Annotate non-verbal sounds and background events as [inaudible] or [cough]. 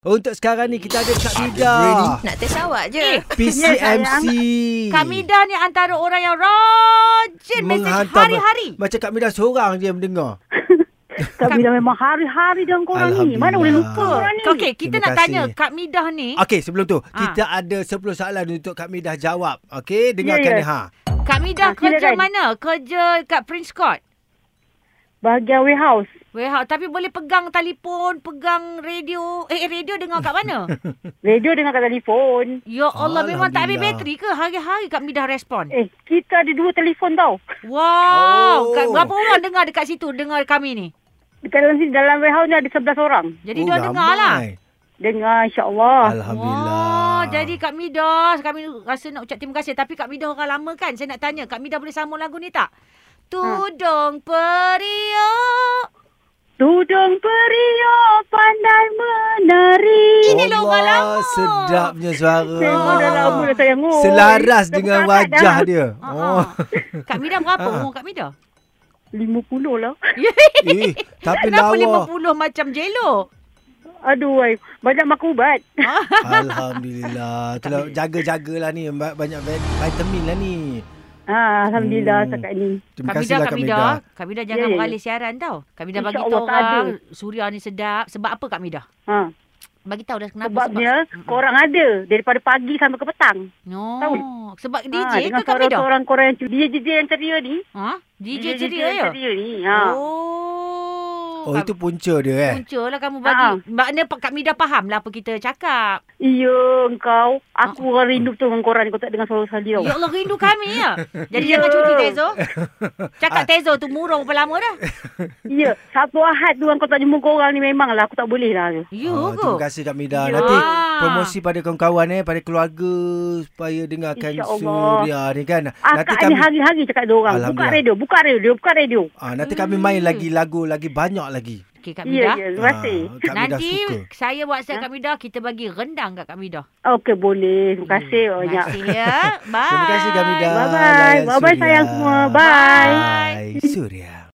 Oh, Untuk sekarang ni kita ada dekat Mida. Nak test awak je. Eh. PCMC. Kamida ni antara orang yang rajin message Menghantar hari-hari. Macam Kak Mida seorang je yang mendengar. Kak Bila memang hari-hari dengan korang ni. Mana boleh lupa korang ni. Okey, kita Terima nak kasih. tanya Kak Midah ni, Okey, sebelum tu Ha. kita ada 10 soalan untuk Kak Mida jawab. Okey, dengarkan Ya, yeah, ya. yeah. ha. Kak Midah kan? Ah, kerja silakan. mana? Kerja kat Prince Court. Bahagian warehouse. Warehouse. Tapi boleh pegang telefon, pegang radio. Eh, radio dengar kat [laughs] mana? Radio dengar kat telefon. ya Allah, memang tak habis Alhamdulillah. bateri ke? Hari-hari Kak Midah respon. Eh, kita ada dua telefon tau. Oh. Wow, Kak, berapa orang dengar dekat situ, dengar kami ni? Dekat dalam sini, dalam warehouse ni ada 11 orang. Jadi, dia dengar lah. Oh, ramai. Dengar insyaAllah. Alhamdulillah. Wah, Oh, jadi Kak Midah, kami rasa nak ucap terima kasih. Tapi Kak Midah orang lama kan? Saya nak tanya, Kak Midah boleh sambung lagu ni tak? Tudung periuk. Tudung periuk pandai menari. Ini lah orang Allah, lama. Sedapnya suara. Memang dah lama dah sayang. Oi, Oh. Selaras dah dengan berkarat wajah dah. dia. [laughs] Oh. Oh. Kak Midah berapa Ah. umur Kak Midah? 50 lah. Eh, [laughs] tapi Kenapa lawa. [laughs] 50 macam jelo? Aduh, ay. banyak makan ubat. Ha? Alhamdulillah. Itulah jaga-jagalah ni Ba- banyak vit- vitamin lah ni. Ha, Alhamdulillah Hmm. setakat ni. Terima Kak kasihlah Midah, Kak Kak Mida. Midah. Kak Midah jangan Ya, ya, ya. beralih siaran tau. Kak Midah bagi InsyaAllah tahu tak ada. orang Suria ni sedap. Sebab apa Kak Midah? Ha. Bagi tahu dah kenapa Sebabnya Hmm. sebab. korang ada daripada pagi sampai ke petang. No. tahu. Sebab Ha, DJ dengan ke Kak Midah? suara-suara korang yang ceria, DJ yang ceria ni. Ha? DJ ceria ya? Ceria ni. Ha. Oh. Oh, itu punca dia eh. Punca lah kamu bagi. Ha. Makna Pak- Kak Midah faham lah apa kita cakap. Ya engkau Aku orang rindu betul dengan korang ni Kau tak dengar suara sekali tau Ah. Ya Allah rindu kami ya. [laughs] Jadi Ya. jangan cuti Tezo. Ah. Cakap Tezo tu murung berapa lama dah. Ya Sabtu Ahad tu kan Kau tak jumpa korang ni Memang lah aku tak boleh lah tu You Ah, ke? terima kasih Kak Mida. Ya. Nanti Ah. promosi pada kawan-kawan eh, pada keluarga supaya dengarkan InsyaAllah. Suria ni kan. Nanti Akak kami ni hari-hari cakap dia orang Buka Alhamdulillah. radio Buka radio Buka radio ah, nanti kami main lagi lagu lagi banyak lagi. Okey Kak Midah. Ya ya Hmm. Terima kasih Ah, Kak Mida Nanti suka. saya WhatsApp Ya. Kak Midah kita bagi rendang kat Kak Midah. Ah, Okey boleh Terima kasih Hmm, banyak Terima kasih ya. [laughs] Bye. Terima kasih Kak Mida. Bye-bye Layan Bye-bye Suria. sayang semua Bye Bye. Suria.